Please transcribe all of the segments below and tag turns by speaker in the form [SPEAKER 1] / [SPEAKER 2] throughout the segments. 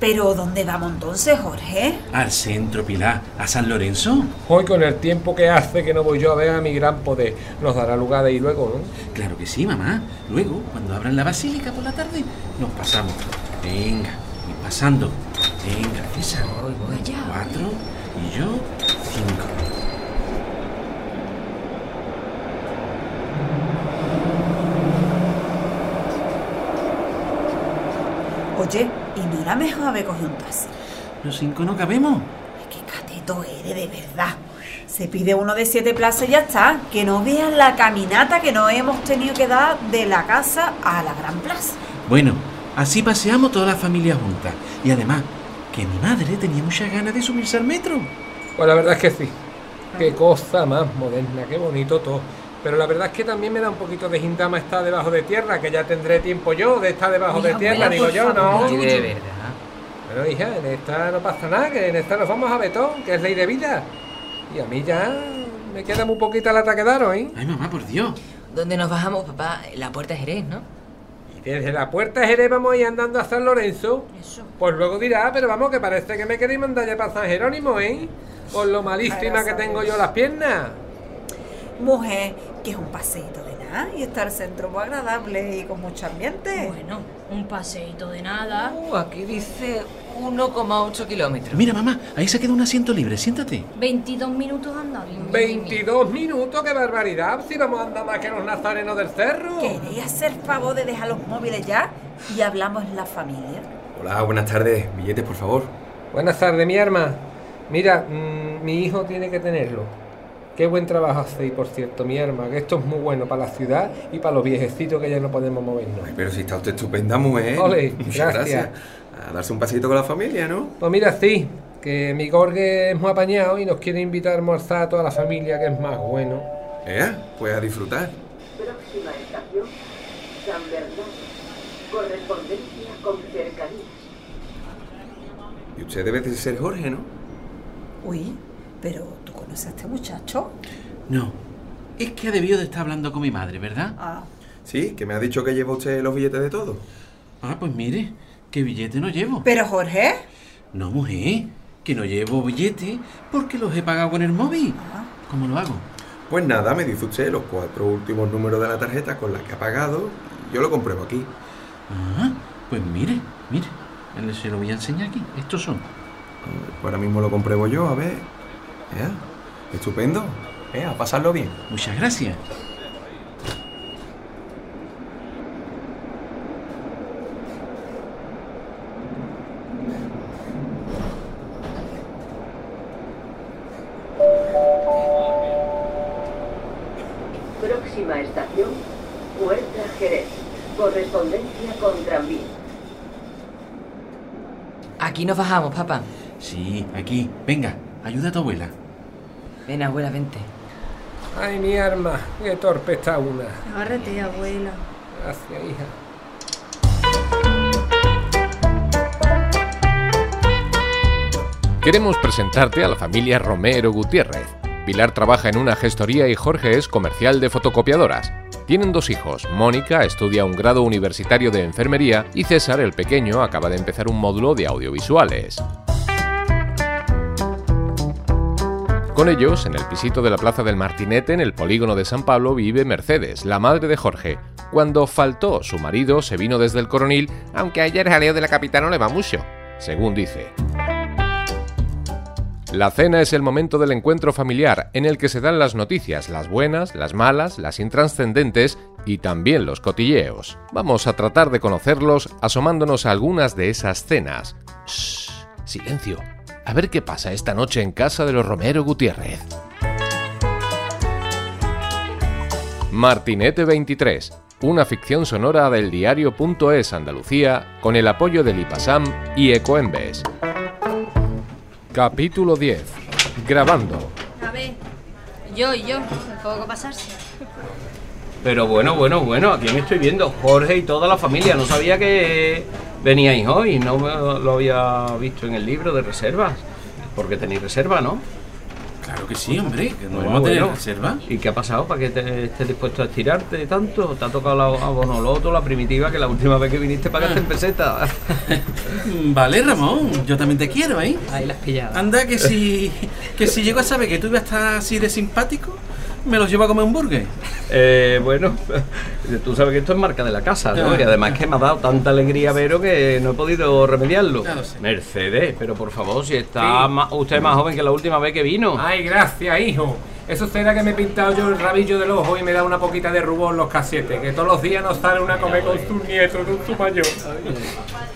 [SPEAKER 1] Pero ¿dónde vamos entonces, Jorge?
[SPEAKER 2] Al centro, Pilar, a San Lorenzo.
[SPEAKER 3] Hoy con el tiempo que hace que no voy yo a ver a mi gran poder, nos dará lugar de ir luego, ¿no?
[SPEAKER 2] Claro que sí, mamá. Luego, cuando abran la basílica por la tarde, nos pasamos. Venga, y pasando. Venga, esa.
[SPEAKER 1] Vaya.
[SPEAKER 2] Cuatro y yo cinco.
[SPEAKER 1] Oye, ¿y no era mejor haber cogido un taxi?
[SPEAKER 2] Los cinco no cabemos.
[SPEAKER 1] Ay, qué cateto eres, de verdad. Se pide uno de siete plazas y ya está. Que no vean la caminata que nos hemos tenido que dar de la casa a la gran plaza.
[SPEAKER 2] Bueno, así paseamos toda la familia junta. Y además, que mi madre tenía muchas ganas de subirse al metro.
[SPEAKER 3] Pues la verdad es que sí. Qué cosa más moderna, qué bonito todo. Pero la verdad es que también me da un poquito de gindama estar debajo de tierra, que ya tendré tiempo yo de estar debajo de
[SPEAKER 1] Mira,
[SPEAKER 3] tierra,
[SPEAKER 1] mira,
[SPEAKER 3] digo
[SPEAKER 1] pues por
[SPEAKER 3] yo, ¿no?
[SPEAKER 1] favor.
[SPEAKER 4] Y de verdad.
[SPEAKER 3] Bueno, hija, en esta no pasa nada, que en esta nos vamos a Betón, que es ley de vida. Y a mí ya me queda muy poquita lata ¿eh? que dar hoy.
[SPEAKER 2] Ay, mamá, por Dios.
[SPEAKER 4] ¿Dónde nos bajamos, papá? La puerta de Jerez, ¿no?
[SPEAKER 3] Y desde la puerta de Jerez vamos a ir andando a San Lorenzo.
[SPEAKER 1] Eso.
[SPEAKER 3] Pues luego dirá, pero vamos, que parece que me queréis mandar ya para San Jerónimo, ¿eh? Por lo malísima
[SPEAKER 1] Para
[SPEAKER 3] que
[SPEAKER 1] San
[SPEAKER 3] tengo
[SPEAKER 1] Lorenzo.
[SPEAKER 3] yo las piernas.
[SPEAKER 1] Mujer, que es un paseíto de nada y está el centro muy agradable y con mucho ambiente.
[SPEAKER 5] Bueno, un paseíto de nada.
[SPEAKER 4] Uh, aquí dice 1,8 kilómetros.
[SPEAKER 2] Mira, mamá, ahí se queda un asiento libre. Siéntate.
[SPEAKER 5] 22 minutos andando.
[SPEAKER 3] 22 minutos, qué barbaridad. Si vamos a andar más que los nazarenos del cerro.
[SPEAKER 1] ¿Queréis hacer favor de dejar los móviles ya y hablamos en la familia?
[SPEAKER 6] Hola, buenas tardes. Billetes, por favor.
[SPEAKER 3] Buenas tardes, mi arma. Mira, mm, mi hijo tiene que tenerlo. Qué buen trabajo hacéis, por cierto, mi arma, que esto es muy bueno para la ciudad y para los viejecitos que ya no podemos movernos.
[SPEAKER 6] Ay, pero si está usted estupenda, mujer.
[SPEAKER 3] Ole,
[SPEAKER 6] Muchas
[SPEAKER 3] gracias.
[SPEAKER 6] A darse un paseito con la familia, ¿no?
[SPEAKER 3] Pues mira, sí, que mi gorgue es muy apañado y nos quiere invitar a almorzar a toda la familia, que es más bueno.
[SPEAKER 6] ¿Eh? Pues a disfrutar.
[SPEAKER 7] Próxima estación, San Bernardo. Correspondencia con cercanías.
[SPEAKER 6] Y usted debe de ser Jorge, ¿no?
[SPEAKER 1] Uy, pero ¿tú conoces a este muchacho?
[SPEAKER 2] No. Es que ha debido de estar hablando con mi madre, ¿verdad?
[SPEAKER 1] Ah,
[SPEAKER 6] Sí, que me ha dicho que lleva usted los billetes de todo.
[SPEAKER 2] Ah, pues mire, qué billete no llevo.
[SPEAKER 1] pero Jorge.
[SPEAKER 2] No, mujer, que no llevo billete porque los he pagado con el móvil.
[SPEAKER 1] Ah.
[SPEAKER 2] ¿Cómo lo hago?
[SPEAKER 6] Pues nada, me dice usted los cuatro últimos números de la tarjeta con la que ha pagado. Yo lo compruebo aquí.
[SPEAKER 2] Ah, pues mire, mire. Él Se lo voy a enseñar aquí. Estos son.
[SPEAKER 6] Pues ahora mismo lo compruebo yo, a ver. ¿Eh? Estupendo. ¿Eh? A pasarlo bien.
[SPEAKER 2] Muchas gracias.
[SPEAKER 7] Próxima estación, Puerta Jerez. Correspondencia con tranvía.
[SPEAKER 4] Aquí nos bajamos, papá.
[SPEAKER 2] Sí, aquí. Venga, ayuda a tu abuela.
[SPEAKER 4] Ven, abuela, vente.
[SPEAKER 3] Ay, mi arma, qué torpe está una.
[SPEAKER 5] Agárrate, abuela.
[SPEAKER 3] Gracias, hija.
[SPEAKER 8] Queremos presentarte a la familia Romero Gutiérrez. Pilar trabaja en una gestoría y Jorge es comercial de fotocopiadoras. Tienen dos hijos. Mónica estudia un grado universitario de enfermería y César, el pequeño, acaba de empezar un módulo de audiovisuales. Con ellos, en el pisito de la Plaza del Martinete, en el polígono de San Pablo, vive Mercedes, la madre de Jorge. Cuando faltó su marido, se vino desde el coronil, aunque ayer jaleo de la capital no le va mucho, según dice. La cena es el momento del encuentro familiar en el que se dan las noticias, las buenas, las malas, las intranscendentes y también los cotilleos. Vamos a tratar de conocerlos asomándonos a algunas de esas cenas. Shh, silencio. A ver qué pasa esta noche en casa de los Romero Gutiérrez. Martinete 23, una ficción sonora del diario.es Andalucía con el apoyo del IPASAM y Ecoembes. Capítulo 10. Grabando.
[SPEAKER 5] A ver, yo y yo, tampoco pasarse.
[SPEAKER 9] Pero bueno, bueno, bueno, ¿a quién estoy viendo? Jorge y toda la familia. No sabía que veníais hoy, no me lo había visto en el libro de reservas. Porque tenéis reserva, ¿no?
[SPEAKER 2] Claro que sí, hombre, que no
[SPEAKER 10] Bueno,
[SPEAKER 2] vamos a tener
[SPEAKER 10] bueno.
[SPEAKER 2] reserva.
[SPEAKER 10] ¿Y qué ha pasado para que te estés dispuesto a estirarte tanto? ¿Te ha tocado la abonoloto, la primitiva, que la última vez que viniste pagaste en peseta?
[SPEAKER 2] Mm, Vale, Ramón, yo también te quiero, ¿eh?
[SPEAKER 7] Ahí las pilladas.
[SPEAKER 2] Anda, que si, que si llego a saber que tú ibas a estar así de simpático, me los llevo a comer un burger.
[SPEAKER 10] Eh, bueno, tú sabes que esto es marca de la casa, ¿no? Y además que me ha dado tanta alegría Vero que no he podido remediarlo.
[SPEAKER 2] Ya lo sé.
[SPEAKER 10] Mercedes, pero por favor, si está
[SPEAKER 3] Sí. Ah.
[SPEAKER 10] ma- usted más joven que la última vez que vino.
[SPEAKER 3] Ay, gracias, hijo. Eso será que me he pintado yo el rabillo del ojo y me da una poquita de rubor los casetes, que todos los días nos sale una come con su nieto, con su mayor.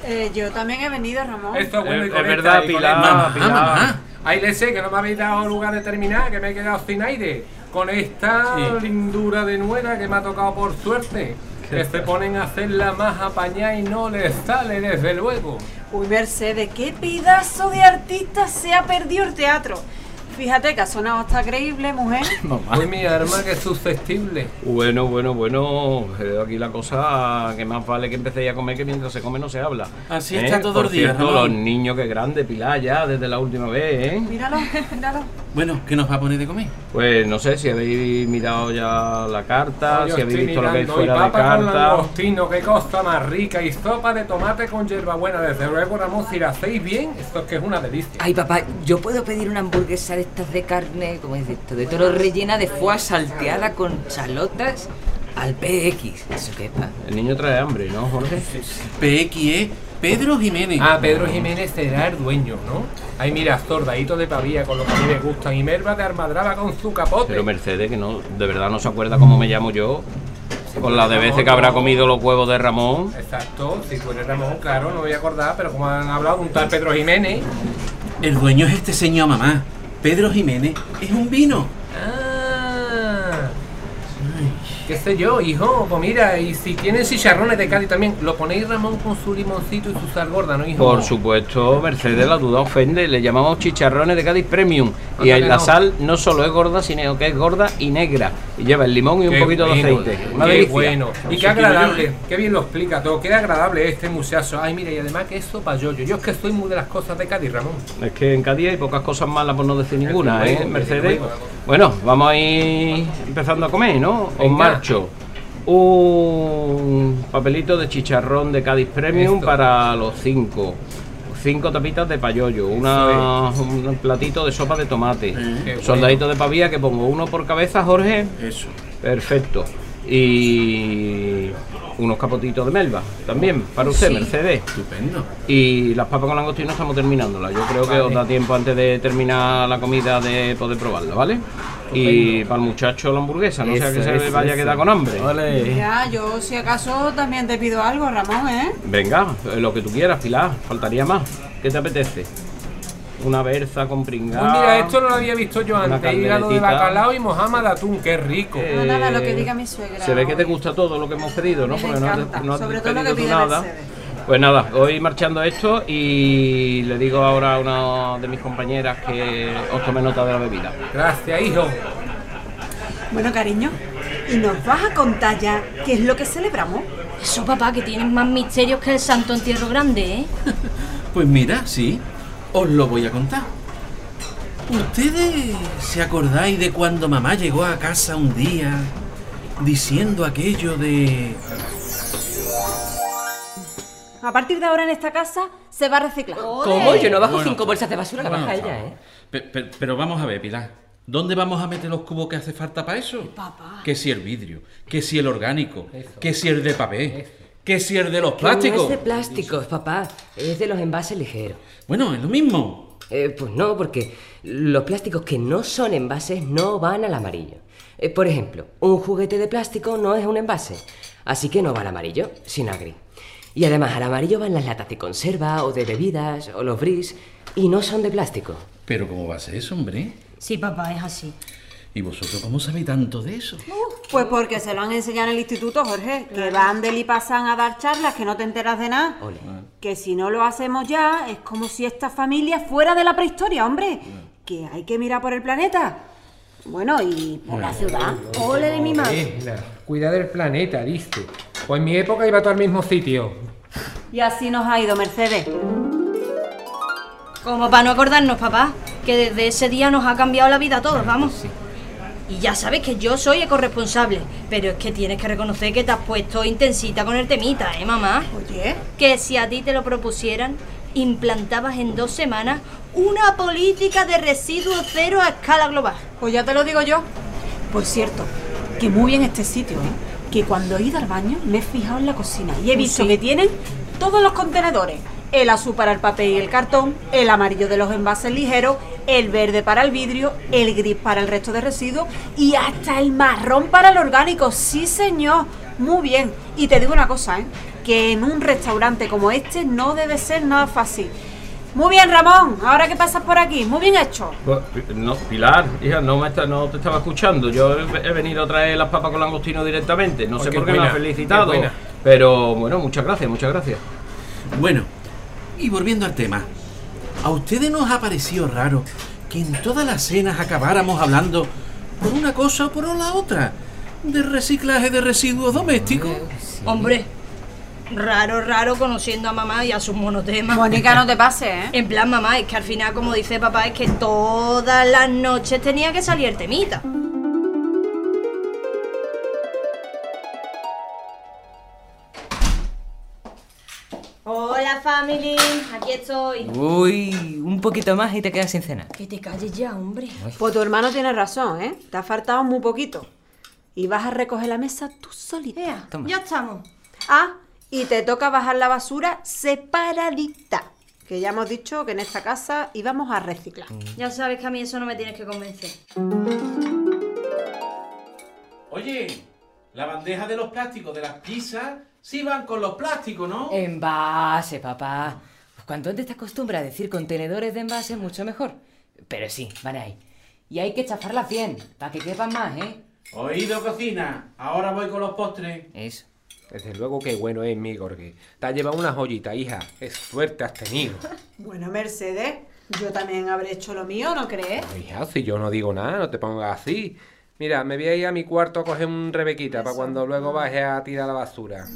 [SPEAKER 1] Eh, yo también he venido, Ramón.
[SPEAKER 3] Esto es bueno y
[SPEAKER 10] Es-
[SPEAKER 3] con
[SPEAKER 10] es
[SPEAKER 3] esta,
[SPEAKER 10] verdad,
[SPEAKER 3] y con
[SPEAKER 10] Pilar,
[SPEAKER 3] esta.
[SPEAKER 10] mamá,
[SPEAKER 3] Pilar.
[SPEAKER 2] mamá.
[SPEAKER 3] Ahí le sé que no me habéis dado lugar de terminar, que me he quedado sin aire. Con esta
[SPEAKER 2] Sí.
[SPEAKER 3] lindura de nuera que me ha tocado por suerte. Que se ponen a hacerla más apañada y no les sale, desde luego.
[SPEAKER 1] Uy, Mercedes, qué pedazo de artista se ha perdido el teatro. Fíjate que ha sonado hasta creíble, mujer.
[SPEAKER 3] Hoy mi arma que es susceptible.
[SPEAKER 10] Bueno, bueno, bueno, eh, aquí la cosa que más vale que empecéis a comer que mientras se come no se habla. ¿Eh?
[SPEAKER 2] Así está todo
[SPEAKER 10] Por
[SPEAKER 2] el día,
[SPEAKER 10] cierto,
[SPEAKER 2] Ramón.
[SPEAKER 10] los niños que grande, Pilar, ya desde la última vez, ¿eh?
[SPEAKER 1] Míralo, míralo.
[SPEAKER 2] Bueno, ¿qué nos va a poner de comer?
[SPEAKER 10] Pues no sé si habéis mirado ya la carta,
[SPEAKER 3] Yo
[SPEAKER 10] si habéis
[SPEAKER 3] estoy
[SPEAKER 10] visto lo que hay
[SPEAKER 3] mirando, y
[SPEAKER 10] fuera de
[SPEAKER 3] papa con
[SPEAKER 10] carta.
[SPEAKER 3] langostino, qué cosa más rica, y sopa de tomate con hierbabuena, desde luego, Ramón, si la hacéis bien, esto es que es una delicia.
[SPEAKER 7] Ay, papá, ¿yo puedo pedir una hamburguesa de estas de carne, como es de esto, de toro rellena de foie salteada con chalotas al PX? ¿Eso qué es, pa?
[SPEAKER 10] El niño trae hambre, ¿no, Jorge?
[SPEAKER 2] PXE, E, Pedro Jiménez.
[SPEAKER 3] Ah, Pedro Jiménez será el dueño, ¿no? Ay, mira, tordaditos de pavía con lo que a mí me gustan, y merva de armadraba con su capote.
[SPEAKER 10] Pero Mercedes, que no, de verdad no se acuerda cómo me llamo yo. Con la de veces que habrá comido los huevos de Ramón.
[SPEAKER 3] Exacto, si tú eres Ramón, claro, no me voy a acordar, pero como han hablado de un tal Pedro Jiménez.
[SPEAKER 2] El dueño es este señor, mamá. Pedro Jiménez es un vino.
[SPEAKER 3] Ah, qué sé yo, hijo, pues mira, y si tienen chicharrones de Cádiz también, lo ponéis Ramón con su limoncito y su sal gorda, ¿no, hijo?
[SPEAKER 10] Por supuesto, Mercedes, la duda ofende. Le llamamos chicharrones de Cádiz Premium. Y
[SPEAKER 3] Anda
[SPEAKER 10] ahí
[SPEAKER 3] que
[SPEAKER 10] la
[SPEAKER 3] no.
[SPEAKER 10] sal no solo es gorda, sino que es gorda y negra. Y lleva el limón y un
[SPEAKER 3] Qué
[SPEAKER 10] poquito
[SPEAKER 3] bueno,
[SPEAKER 10] de aceite. Una
[SPEAKER 3] Qué
[SPEAKER 10] delicia.
[SPEAKER 3] bueno. Y qué
[SPEAKER 2] Eso digo yo,
[SPEAKER 3] agradable.
[SPEAKER 2] ¿eh?
[SPEAKER 3] Qué bien lo explica todo. Qué agradable este muchacho. Ay, mira, y además que eso para yo. Yo es que soy muy de las cosas de Cádiz, Ramón.
[SPEAKER 10] Es que en Cádiz hay pocas cosas malas, por no decir ninguna,
[SPEAKER 3] Desde
[SPEAKER 10] ¿eh,
[SPEAKER 3] luego,
[SPEAKER 10] Mercedes?
[SPEAKER 3] desde luego.
[SPEAKER 10] Bueno, vamos a ir empezando a comer, ¿no? Os
[SPEAKER 3] Venga.
[SPEAKER 10] marcho un papelito de chicharrón de Cádiz Premium
[SPEAKER 3] Esto.
[SPEAKER 10] para los cinco. Cinco tapitas de payollo, una, un platito de sopa de tomate,
[SPEAKER 3] Mm. Qué bueno.
[SPEAKER 10] soldadito de pavía que pongo uno por cabeza, Jorge,
[SPEAKER 2] Eso.
[SPEAKER 10] perfecto. Y unos capotitos de melva también para usted,
[SPEAKER 7] Sí.
[SPEAKER 10] Mercedes.
[SPEAKER 2] Estupendo.
[SPEAKER 10] Y las papas con langostino estamos terminándolas. Yo creo que os da tiempo antes de terminar la comida de poder probarla, ¿vale? Y para el muchacho la hamburguesa, no sea que
[SPEAKER 7] Eso,
[SPEAKER 10] se le
[SPEAKER 7] eso,
[SPEAKER 10] vaya a
[SPEAKER 7] eso.
[SPEAKER 10] quedar con hambre.
[SPEAKER 1] Ya, yo si acaso también te pido algo, Ramón, ¿eh?
[SPEAKER 10] Venga, eh, lo que tú quieras, Pilar, faltaría más. ¿Qué te apetece? Una berza con
[SPEAKER 3] Uy,
[SPEAKER 10] pringada.
[SPEAKER 3] Pues mira, esto no lo había visto yo
[SPEAKER 10] Una
[SPEAKER 3] antes. Hígado de
[SPEAKER 10] calderetita.
[SPEAKER 3] bacalao y mojama de atún. Qué rico.
[SPEAKER 10] Eh,
[SPEAKER 1] No, nada, lo que diga mi suegra.
[SPEAKER 10] Se ve que te
[SPEAKER 1] hoy.
[SPEAKER 10] gusta todo lo que hemos pedido, ¿no?
[SPEAKER 1] Me
[SPEAKER 10] no has-
[SPEAKER 1] encanta,
[SPEAKER 10] has
[SPEAKER 1] sobre todo lo
[SPEAKER 10] pedido
[SPEAKER 1] que
[SPEAKER 10] tú
[SPEAKER 1] pide Mercedes.
[SPEAKER 10] Pues nada, voy marchando esto y le digo ahora a una de mis compañeras que os tome nota de la bebida.
[SPEAKER 3] Gracias, hijo.
[SPEAKER 1] Bueno, cariño, ¿y nos vas a contar ya qué es lo que celebramos?
[SPEAKER 5] Eso, papá, que tienes más misterios que el santo entierro grande, ¿eh?
[SPEAKER 2] Pues mira, sí, os lo voy a contar. ¿Ustedes se acordáis de cuando mamá llegó a casa un día diciendo aquello de...
[SPEAKER 1] A partir de ahora en esta casa se va a reciclar.
[SPEAKER 7] ¿Cómo? Yo no bajo
[SPEAKER 2] Bueno,
[SPEAKER 7] cinco bolsas de basura que
[SPEAKER 2] bueno,
[SPEAKER 7] baja ella,
[SPEAKER 2] chao.
[SPEAKER 7] ¿eh?
[SPEAKER 2] Pe- pe- Pero, vamos a ver, Pilar. ¿Dónde vamos a meter los cubos que hace falta para eso? Que si el vidrio, que si el orgánico, que si el de papel, que si el de los
[SPEAKER 7] No
[SPEAKER 2] plásticos.
[SPEAKER 7] es de plásticos, papá. Es de los envases ligeros.
[SPEAKER 2] Bueno, es lo mismo.
[SPEAKER 7] Eh, pues no, porque los plásticos que no son envases no van al amarillo. Eh, por ejemplo, un juguete de plástico no es un envase, así que no va al amarillo, sino al gris. Y además al amarillo van las latas de conserva o de bebidas o los bris y no son de plástico.
[SPEAKER 2] Pero ¿cómo va a ser eso, hombre?
[SPEAKER 5] Sí, papá, es así.
[SPEAKER 2] ¿Y vosotros cómo sabéis tanto de eso?
[SPEAKER 1] Pues porque se lo han enseñado en el instituto, Jorge, que van del y pasan a dar charlas que no te enteras de nada.
[SPEAKER 7] Ole.
[SPEAKER 1] Que si no lo hacemos ya, es como si esta familia fuera de la prehistoria, hombre. Que hay que mirar por el planeta. Bueno, y por
[SPEAKER 10] Mm.
[SPEAKER 1] la ciudad.
[SPEAKER 5] Ole de mi madre.
[SPEAKER 3] Isla, Cuida del planeta, dice. Pues en mi época iba todo al mismo sitio.
[SPEAKER 1] Y así nos ha ido, Mercedes.
[SPEAKER 5] Como para no acordarnos, papá. que desde ese día nos ha cambiado la vida a todos, vamos. Y ya sabes que yo soy el corresponsable, pero es que tienes que reconocer que te has puesto intensita con el temita, ¿eh, mamá?
[SPEAKER 1] Oye,
[SPEAKER 5] Que si a ti te lo propusieran, implantabas en dos semanas una política de residuos cero a escala global.
[SPEAKER 1] pues ya te lo digo yo. Por cierto, que muy bien este sitio, ¿eh? Que cuando he ido al baño me he fijado en la cocina y he
[SPEAKER 5] Pues
[SPEAKER 1] visto
[SPEAKER 5] sí.
[SPEAKER 1] que tienen todos los contenedores. El azul para el papel y el cartón, el amarillo de los envases ligeros, el verde para el vidrio, el gris para el resto de residuos y hasta el marrón para el orgánico. Sí, señor. Muy bien. Y te digo una cosa, ¿eh? Que en un restaurante como este no debe ser nada fácil. Muy bien, Ramón. Ahora que pasas por aquí. Muy bien hecho.
[SPEAKER 10] Pues, No, Pilar, hija, no, me está- no te estaba escuchando. Yo he, he venido a traer las papas con langostino directamente. No
[SPEAKER 3] Ay,
[SPEAKER 10] sé
[SPEAKER 3] qué
[SPEAKER 10] por qué me
[SPEAKER 3] buena,
[SPEAKER 10] ha felicitado.
[SPEAKER 3] qué buena.
[SPEAKER 10] Pero bueno, muchas gracias, muchas gracias.
[SPEAKER 2] Bueno, y volviendo al tema, ¿a ustedes nos ha parecido raro que en todas las cenas acabáramos hablando por una cosa o por la otra de reciclaje de residuos domésticos?
[SPEAKER 5] Hombre, raro, raro conociendo a mamá y a sus monotemas.
[SPEAKER 1] Mónica, no te pases, ¿eh?
[SPEAKER 5] En plan, mamá, es que al final, como dice papá, es que todas las noches tenía que salir el temita. Hola, family. Aquí estoy.
[SPEAKER 7] Uy, un poquito más y te quedas sin cena.
[SPEAKER 5] Que te calles ya, hombre.
[SPEAKER 1] Pues tu hermano tiene razón, ¿eh? Te ha faltado muy poquito. Y vas a recoger la mesa tú solita.
[SPEAKER 7] Toma.
[SPEAKER 5] Ya estamos.
[SPEAKER 1] Ah, y te toca bajar la basura separadita. Que ya hemos dicho que en esta casa íbamos a reciclar.
[SPEAKER 5] Ya sabes que a mí eso no me tienes que convencer.
[SPEAKER 11] Oye, la bandeja de los plásticos de las pizzas sí van con los plásticos, ¿no?
[SPEAKER 7] Envase, papá. Pues cuanto antes te acostumbras a decir contenedores de envase, mucho mejor. Pero sí, van ahí. Y hay que chafarlas bien, para que quepan más, ¿eh?
[SPEAKER 11] Oído cocina, ahora voy con los postres.
[SPEAKER 7] Eso.
[SPEAKER 3] Desde luego que bueno es mi Gorgui. Te ha llevado una joyita, hija. Es suerte has tenido.
[SPEAKER 1] Bueno, Mercedes, yo también habré hecho lo mío, ¿no crees?
[SPEAKER 3] Hija, si yo no digo nada, no te pongas así. Mira, me voy a ir a mi cuarto a coger un rebequita para cuando luego baje a tirar la basura.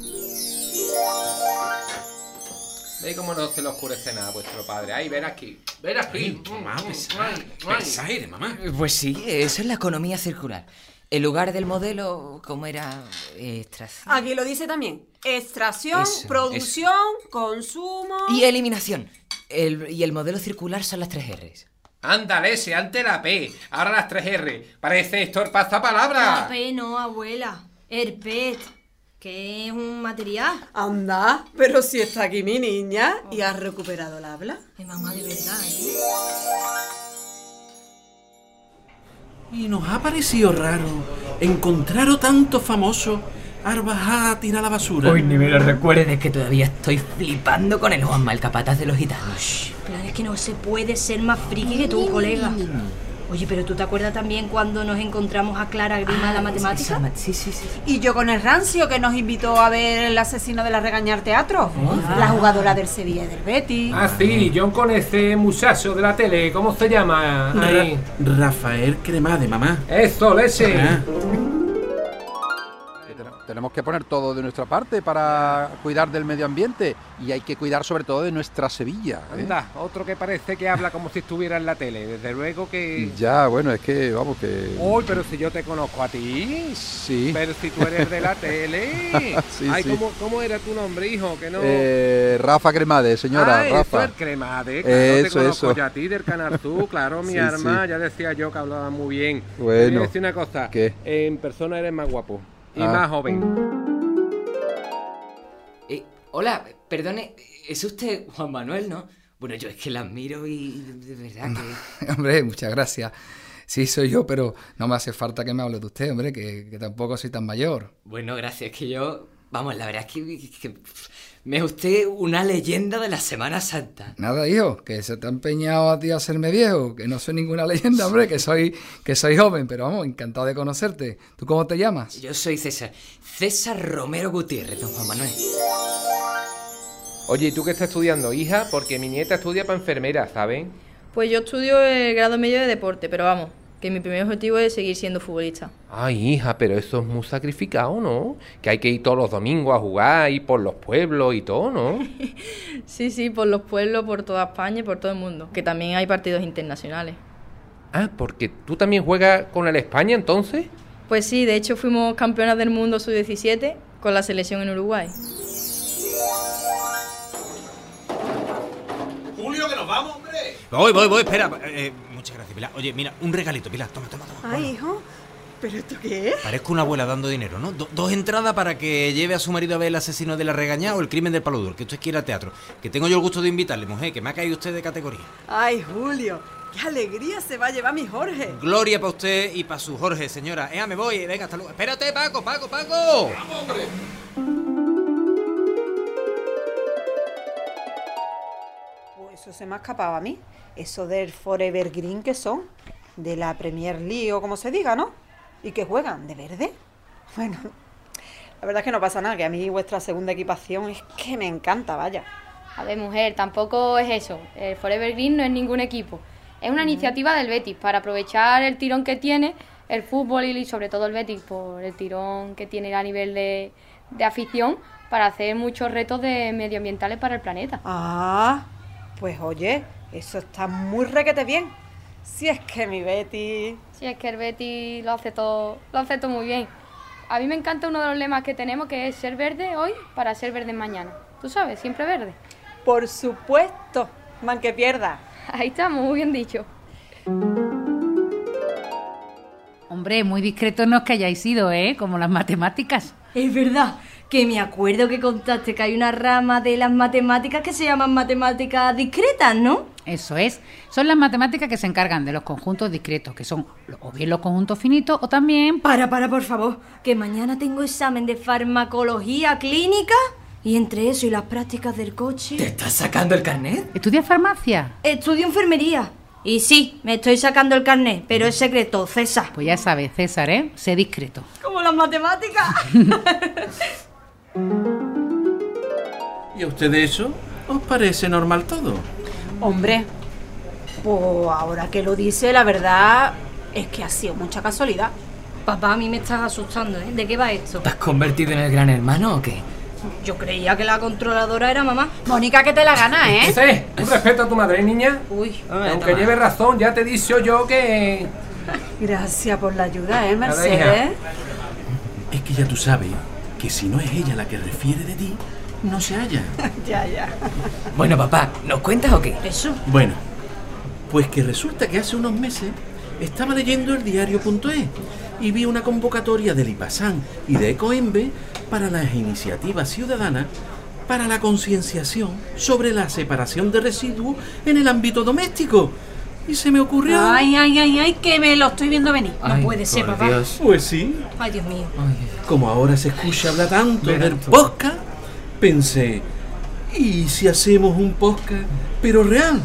[SPEAKER 3] Ve cómo no se le oscurece nada a vuestro padre. Ay, ven aquí. Ven aquí.
[SPEAKER 11] mamá,
[SPEAKER 3] Mm,
[SPEAKER 11] pesada,
[SPEAKER 3] ay, ay.
[SPEAKER 11] pesada eres, mamá.
[SPEAKER 7] Pues sí, eso es la economía circular. El lugar del modelo, como era? Extras.
[SPEAKER 1] Aquí lo dice también. Extracción,
[SPEAKER 7] Eso,
[SPEAKER 1] producción, consumo.
[SPEAKER 7] Y eliminación. El- y el modelo circular son las tres R's.
[SPEAKER 3] Ándale, se ante la P. Ahora las 3R. Parece estorpaza
[SPEAKER 5] La
[SPEAKER 3] palabra.
[SPEAKER 5] P no, abuela. El PET, que es un material.
[SPEAKER 1] Anda, pero si está aquí mi niña y has recuperado la habla.
[SPEAKER 5] Ay, mamá, de verdad, ¿eh?
[SPEAKER 2] Y nos ha parecido raro encontrar tanto famoso al bajar a tirar la basura.
[SPEAKER 7] Uy, ni me lo recuerdes que todavía estoy flipando con el Juanma, el capataz de los gitanos.
[SPEAKER 5] En plan, es que no se puede ser más friki que tú, colega. Oye, pero ¿tú te acuerdas también cuando nos encontramos a Clara Grima en la matemática?
[SPEAKER 7] Sí, sí, sí.
[SPEAKER 1] Y yo con el rancio que nos invitó a ver el asesino de la regañar teatro. La jugadora del Sevilla y del Betis.
[SPEAKER 3] Ah, sí, yo con ese muchacho de la tele, ¿cómo se llama? Ahí.
[SPEAKER 2] Ra- Rafael Cremade, mamá.
[SPEAKER 3] Eso, leche.
[SPEAKER 2] Ah.
[SPEAKER 12] Que ten- Tenemos que poner todo de nuestra parte para cuidar del medio ambiente y hay que cuidar sobre todo de nuestra Sevilla. ¿eh?
[SPEAKER 3] Anda, otro que parece que habla como si estuviera en la tele. Desde luego que.
[SPEAKER 12] Ya, bueno, es que vamos que...
[SPEAKER 3] Uy, pero si yo te conozco a ti.
[SPEAKER 12] Sí.
[SPEAKER 3] Oh, Pero si tú eres de la tele.
[SPEAKER 12] Sí,
[SPEAKER 3] Ay,
[SPEAKER 12] sí.
[SPEAKER 3] ¿cómo, cómo era tu nombre, hijo? Que no.
[SPEAKER 12] Eh, Rafa Cremade, señora,
[SPEAKER 3] Ah, eso,
[SPEAKER 12] Rafa.
[SPEAKER 3] el cremade, claro, te
[SPEAKER 12] Eso,
[SPEAKER 3] conozco
[SPEAKER 12] eso.
[SPEAKER 3] yo a ti del canal tú, claro, mi
[SPEAKER 12] Sí,
[SPEAKER 3] arma,
[SPEAKER 12] sí.
[SPEAKER 3] ya decía yo que hablaba muy bien. Te voy a
[SPEAKER 12] Bueno.
[SPEAKER 3] decir una cosa,
[SPEAKER 12] ¿Qué?
[SPEAKER 3] en persona eres más guapo y
[SPEAKER 12] Ah.
[SPEAKER 3] más joven.
[SPEAKER 7] Eh, hola, perdone, ¿es usted Juan Manuel, no? Bueno, yo es que la admiro y de verdad que...
[SPEAKER 13] Hombre, muchas gracias. Sí, soy yo, pero no me hace falta que me hable de usted, hombre, que, que tampoco soy tan mayor.
[SPEAKER 7] Bueno, gracias, que yo... Vamos, la verdad es que, que me es usted una leyenda de la Semana Santa.
[SPEAKER 13] Nada, hijo, que se te ha empeñado a ti a hacerme viejo, que no soy ninguna leyenda, hombre, que soy, que soy joven, pero vamos, encantado de conocerte. ¿Tú cómo te llamas?
[SPEAKER 7] Yo soy César, César Romero Gutiérrez, don Juan Manuel.
[SPEAKER 3] Oye, ¿y tú qué estás estudiando, hija? Porque mi nieta estudia para enfermera, ¿saben?
[SPEAKER 14] Pues yo estudio el grado medio de deporte, pero vamos, que mi primer objetivo es seguir siendo futbolista.
[SPEAKER 8] Ay, hija, pero eso es muy sacrificado, ¿no? Que hay que ir todos los domingos a jugar y por los pueblos y todo, ¿no?
[SPEAKER 14] Sí, sí, por los pueblos, por toda España y por todo el mundo, que también hay partidos internacionales.
[SPEAKER 8] ah, porque tú también juegas con el España entonces.
[SPEAKER 14] Pues sí, de hecho fuimos campeonas del mundo sub-17 con la selección en Uruguay.
[SPEAKER 15] Julio, que nos vamos, hombre. Voy, voy, voy, espera. eh, muchas gracias, Pilar. Oye, mira, un regalito, Pilar. Toma, toma, toma.
[SPEAKER 16] Ay, hijo, ¿pero esto qué es?
[SPEAKER 15] Parezco una abuela dando dinero, ¿no? Do- dos entradas para que lleve a su marido a ver el asesino de la regañada o el crimen del palo duro, que usted quiera al teatro. Que tengo yo el gusto de invitarle, mujer, que me ha caído usted de categoría.
[SPEAKER 16] Ay, Julio, qué alegría se va a llevar mi Jorge.
[SPEAKER 15] Gloria para usted y para su Jorge, señora. Ea, me voy. Venga, hasta luego. Espérate, Paco, Paco, Paco. ¡Vamos, hombre!
[SPEAKER 1] Pues eso se me ha escapado a mí. Eso del Forever Green que son, de la Premier League o como se diga, ¿no? Y que juegan de verde. Bueno, la verdad es que no pasa nada, que a mí vuestra segunda equipación es que me encanta, vaya.
[SPEAKER 17] A ver, mujer, tampoco es eso. El Forever Green no es ningún equipo. Es una iniciativa del Betis para aprovechar el tirón que tiene el fútbol y sobre todo el Betis por el tirón que tiene a nivel de, de afición para hacer muchos retos de medioambientales para el planeta.
[SPEAKER 1] Ah, pues oye, eso está muy requete bien. Si es que mi Betty...
[SPEAKER 17] Sí, es que el Betis lo hace todo, lo hace todo muy bien. A mí me encanta uno de los lemas que tenemos que es ser verde hoy para ser verde mañana. Tú sabes, siempre verde.
[SPEAKER 1] Por supuesto, man que pierda.
[SPEAKER 17] Ahí está, muy bien dicho.
[SPEAKER 18] Hombre, muy discretos no es que hayáis sido, ¿eh? Como las matemáticas.
[SPEAKER 5] Es verdad, que me acuerdo que contaste que hay una rama de las matemáticas que se llaman matemáticas discretas, ¿no?
[SPEAKER 18] Eso es. Son las matemáticas que se encargan de los conjuntos discretos, que son o bien los conjuntos finitos o también...
[SPEAKER 5] Para, para, por favor, que mañana tengo examen de farmacología clínica y entre eso y las prácticas del coche...
[SPEAKER 18] ¿Estás sacando el carnet? ¿Estudias farmacia?
[SPEAKER 5] Estudio enfermería. Y sí, me estoy sacando el carnet, pero es secreto, César.
[SPEAKER 18] Pues ya sabes, César, ¿eh? Sé discreto.
[SPEAKER 5] Como las matemáticas.
[SPEAKER 2] ¿Y a ustedes eso os parece normal todo?
[SPEAKER 1] Hombre, pues ahora que lo dice, la verdad es que ha sido mucha casualidad.
[SPEAKER 5] Papá, a mí me estás asustando, ¿eh? ¿De qué va esto?
[SPEAKER 7] ¿Te has convertido en el gran hermano o qué?
[SPEAKER 5] Yo creía que la controladora era mamá.
[SPEAKER 1] Mónica, que te la gana, ¿eh?
[SPEAKER 3] José, un respeto a tu madre, niña. Uy, aunque
[SPEAKER 5] toma.
[SPEAKER 3] lleve razón, ya te dicho yo que.
[SPEAKER 1] Gracias por la ayuda, ¿eh,
[SPEAKER 3] Nada,
[SPEAKER 1] Mercedes?
[SPEAKER 2] Es que ya tú sabes que si no es ella la que refiere de ti, no se halla.
[SPEAKER 1] ya, ya.
[SPEAKER 7] Bueno, papá, ¿nos cuentas o qué?
[SPEAKER 5] Eso.
[SPEAKER 2] Bueno, pues que resulta que hace unos meses estaba leyendo el diario.es y vi una convocatoria del IPASAN y de ECOEMBE para las iniciativas ciudadanas para la concienciación sobre la separación de residuos en el ámbito doméstico. Y se me ocurrió...
[SPEAKER 1] Ay, ay, ay, ay, que me lo estoy viendo venir.
[SPEAKER 2] Ay,
[SPEAKER 1] no puede ser,
[SPEAKER 2] por
[SPEAKER 1] papá.
[SPEAKER 2] Dios. Pues sí,
[SPEAKER 5] Ay, Dios mío.
[SPEAKER 2] como ahora se escucha hablar tanto
[SPEAKER 1] Verás
[SPEAKER 2] del podcast, pensé, ¿y si hacemos un podcast, pero real?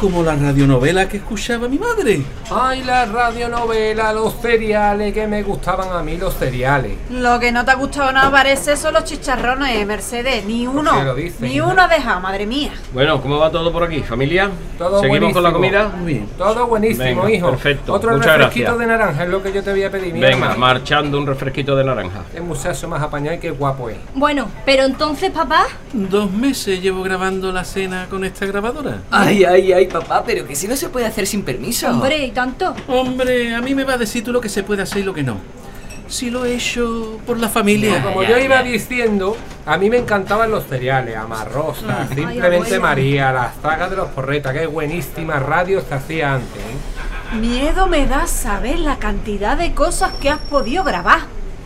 [SPEAKER 2] Como la radionovela que escuchaba mi madre.
[SPEAKER 3] Ay, la radionovela, los cereales que me gustaban a mí, los cereales.
[SPEAKER 1] Lo que no te ha gustado nada parece son los chicharrones, ¿eh, Mercedes. Ni uno.
[SPEAKER 10] qué Pues lo dices,
[SPEAKER 1] ni
[SPEAKER 10] hija?
[SPEAKER 1] uno ha dejado, madre mía.
[SPEAKER 10] Bueno, ¿cómo va todo por aquí, familia?
[SPEAKER 3] Todo
[SPEAKER 10] ¿Seguimos con la
[SPEAKER 3] buenísimo.
[SPEAKER 10] comida? Muy bien.
[SPEAKER 3] Todo buenísimo,
[SPEAKER 10] Venga,
[SPEAKER 3] hijo.
[SPEAKER 10] Perfecto.
[SPEAKER 3] Otro
[SPEAKER 10] Muchas
[SPEAKER 3] refresquito
[SPEAKER 10] gracias.
[SPEAKER 3] de naranja es lo que yo te voy a pedir. mira,
[SPEAKER 10] Venga,
[SPEAKER 3] mamá.
[SPEAKER 10] marchando un refresquito de naranja.
[SPEAKER 3] Es muchacho más apañado y qué guapo es.
[SPEAKER 5] Bueno, pero entonces, papá...
[SPEAKER 2] Dos meses llevo grabando la cena con esta grabadora.
[SPEAKER 7] Ay, ay, ay, papá, pero que si no se puede hacer sin permiso.
[SPEAKER 5] Hombre, ¿y tanto?
[SPEAKER 2] Hombre, a mí me va a decir tú lo que se puede hacer y lo que no. Si lo he hecho por la familia.
[SPEAKER 3] Como yo iba diciendo, a mí me encantaban los cereales, Amarrosa,
[SPEAKER 2] Mm, Ay,
[SPEAKER 3] simplemente
[SPEAKER 2] abuela.
[SPEAKER 3] María, las sagas de los porretas, qué buenísima radio se hacía antes. ¿eh?
[SPEAKER 1] Miedo me da saber la cantidad de cosas que has podido grabar.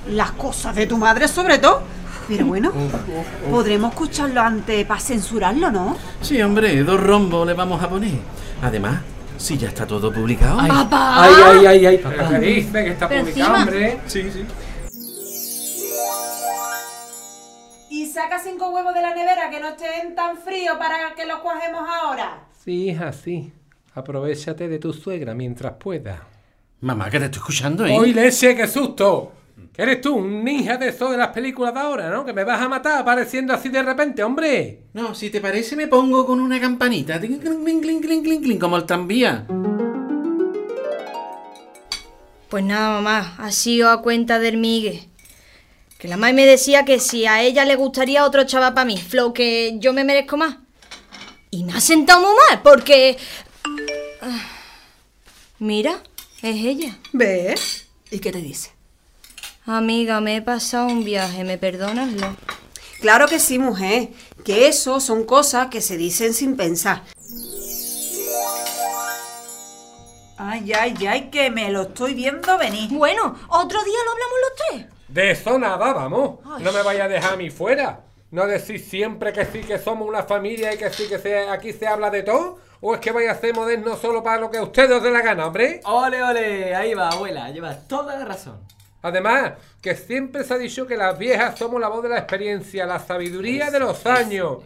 [SPEAKER 1] Las cosas de tu madre, sobre todo. Pero bueno, podremos escucharlo antes para censurarlo, ¿no?
[SPEAKER 2] Sí, hombre, dos rombos le vamos a poner. Además, si ya está todo publicado.
[SPEAKER 1] Ay. ¡Papá!
[SPEAKER 3] Ay, ay, ay, ay,
[SPEAKER 2] Ah. Pero
[SPEAKER 3] papá.
[SPEAKER 2] que
[SPEAKER 3] dice que está Pero publicado, encima- hombre.
[SPEAKER 2] Sí, sí.
[SPEAKER 1] Y saca cinco huevos de la nevera que no estén tan fríos para que los cuajemos ahora.
[SPEAKER 3] Sí, hija, sí. Aprovechate de tu suegra mientras puedas.
[SPEAKER 2] Mamá, que te estoy escuchando, ¿eh?
[SPEAKER 3] ¡Oye, leche, qué susto! Que eres tú, un ninja de eso de las películas de ahora, ¿no? Que me vas a matar apareciendo así de repente, hombre.
[SPEAKER 2] No, si te parece me pongo con una campanita. Tin, clink, clink, clink, clink, clink, clink, como el tranvía.
[SPEAKER 5] Pues nada, mamá, ha sido a cuenta del migue. Que la madre me decía que si a ella le gustaría otro chaval para mí, Flow, que yo me merezco más. Y me ha sentado muy mal, porque... Ah, Mira, es ella.
[SPEAKER 16] ¿Ves? ¿Y qué te dice?
[SPEAKER 5] Amiga, me he pasado un viaje, ¿me perdonas? Lo?
[SPEAKER 1] Claro que sí, mujer. Que eso son cosas que se dicen sin pensar. Ay, ay, ay, que me lo estoy viendo venir.
[SPEAKER 5] Bueno, otro día lo hablamos los tres.
[SPEAKER 3] De eso nada, vamos.
[SPEAKER 5] Ay.
[SPEAKER 3] No me vaya a dejar a mí fuera. No decís siempre que sí, que somos una familia y que sí, que se- aquí se habla de todo. ¿O es que vais a ser modernos solo para lo que a ustedes os dé la gana, hombre?
[SPEAKER 19] Ole, ole, ahí va, abuela, llevas toda la razón.
[SPEAKER 3] Además, que siempre se ha dicho que las viejas somos la voz de la experiencia, la sabiduría
[SPEAKER 1] Eso,
[SPEAKER 3] de los
[SPEAKER 1] eso,
[SPEAKER 3] años.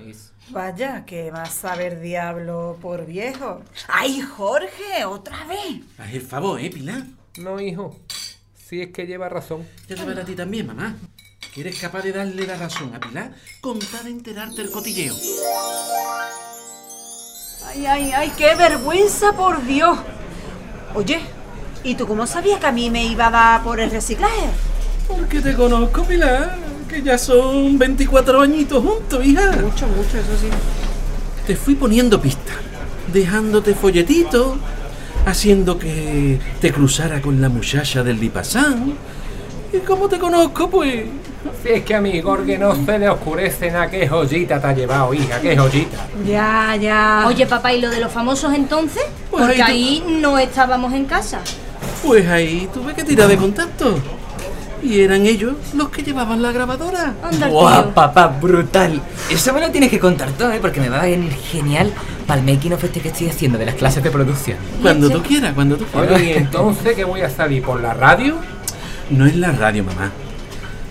[SPEAKER 1] Vaya, que va a saber diablo por viejo. Ay, Jorge, otra vez.
[SPEAKER 3] Haz el favor, ¿eh, Pilar? No, hijo. Si es que lleva razón.
[SPEAKER 2] Ya te verá a ti también, mamá. Que eres capaz de darle la razón a Pilar con tal de enterarte el cotilleo.
[SPEAKER 1] Ay, ay, ay, qué vergüenza, por Dios. Oye, ¿y tú cómo sabías que a mí me iba a dar por el reciclaje?
[SPEAKER 2] Porque te conozco, Pilar, que ya son 24 añitos juntos, hija. Mucho, mucho, eso sí. Te fui poniendo pistas, dejándote folletitos, haciendo que te cruzara con la muchacha del Lipasán. ¿Y cómo te conozco, pues?
[SPEAKER 3] Si es que a mi Gorge no se le oscurece nada, qué joyita te ha llevado, hija, qué joyita.
[SPEAKER 1] Ya, ya.
[SPEAKER 5] Oye, papá, ¿y lo de los famosos entonces?
[SPEAKER 2] Pues
[SPEAKER 5] Porque
[SPEAKER 2] ahí
[SPEAKER 5] ahí no estábamos en casa.
[SPEAKER 2] Pues ahí tuve que tirar de contacto. Y eran ellos los que llevaban la grabadora.
[SPEAKER 5] Anda,
[SPEAKER 2] Guau.
[SPEAKER 7] ¡Guau, papá, brutal! Eso me lo tienes que contar todo, ¿eh? Porque me va a venir genial para el making of este que estoy haciendo de las clases de producción.
[SPEAKER 2] Cuando tú quieras, cuando tú quieras.
[SPEAKER 7] Oye, ¿y entonces
[SPEAKER 3] qué voy a salir? ¿Por la radio?
[SPEAKER 2] No es la radio, mamá.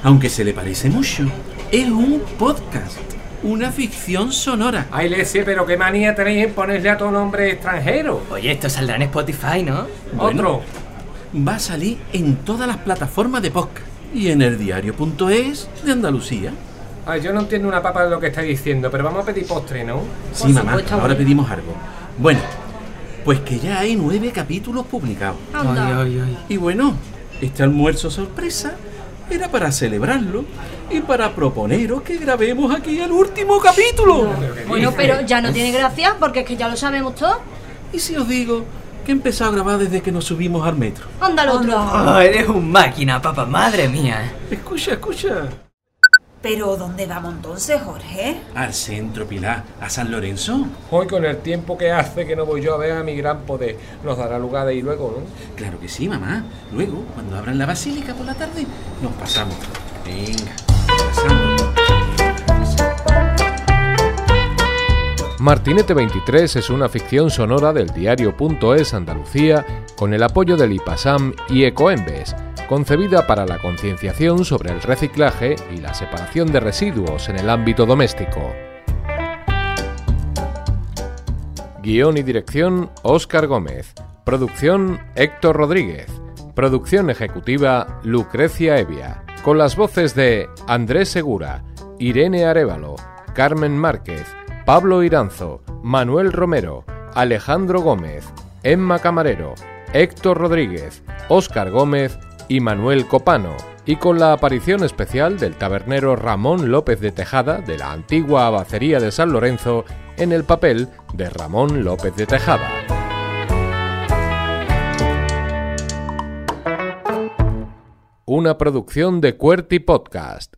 [SPEAKER 2] Aunque se le parece mucho. Es un podcast. Una ficción sonora.
[SPEAKER 3] Ay, Lesie, pero qué manía tenéis en ponerle a todo nombre extranjero.
[SPEAKER 7] Oye, esto saldrá en Spotify, ¿no?
[SPEAKER 2] Otro. Va a salir en todas las plataformas de podcast. Y en eldiario.es de Andalucía.
[SPEAKER 3] Ay, yo no entiendo una papa de lo que está diciendo, pero vamos a pedir postre, ¿no?
[SPEAKER 2] Sí, mamá, ahora pedimos algo. Bueno, pues que ya hay nueve capítulos publicados.
[SPEAKER 5] Anda.
[SPEAKER 2] Ay, ay, ay. Y bueno, este almuerzo sorpresa era para celebrarlo y para proponeros que grabemos aquí el último capítulo.
[SPEAKER 5] Bueno, pero ya no tiene gracia porque es que ya lo sabemos todo.
[SPEAKER 2] ¿Y si os digo que he empezado a grabar desde que nos subimos al metro?
[SPEAKER 5] Anda al otro.
[SPEAKER 7] Oh, eres un máquina, papá, madre mía.
[SPEAKER 2] Escucha, escucha.
[SPEAKER 1] Pero ¿dónde vamos entonces, Jorge?
[SPEAKER 2] Al centro, Pilar, a San Lorenzo.
[SPEAKER 3] Hoy con el tiempo que hace que no voy yo a ver a mi gran poder, nos dará lugar de ir luego, ¿no?
[SPEAKER 2] Claro que sí, mamá. Luego, cuando abran la basílica por la tarde, nos pasamos. Venga, pasamos.
[SPEAKER 8] Martinete 23 es una ficción sonora del diario.es Andalucía con el apoyo del IPASAM y Ecoembes, concebida para la concienciación sobre el reciclaje y la separación de residuos en el ámbito doméstico. Guión y dirección Óscar Gómez. Producción Héctor Rodríguez. Producción ejecutiva Lucrecia Evia. Con las voces de Andrés Segura, Irene Arevalo, Carmen Márquez, Pablo Iranzo, Manuel Romero, Alejandro Gómez, Emma Camarero, Héctor Rodríguez, Óscar Gómez y Manuel Copano. Y con la aparición especial del tabernero Ramón López de Tejada de la antigua abacería de San Lorenzo en el papel de Ramón López de Tejada. Una producción de Cuerty Podcast.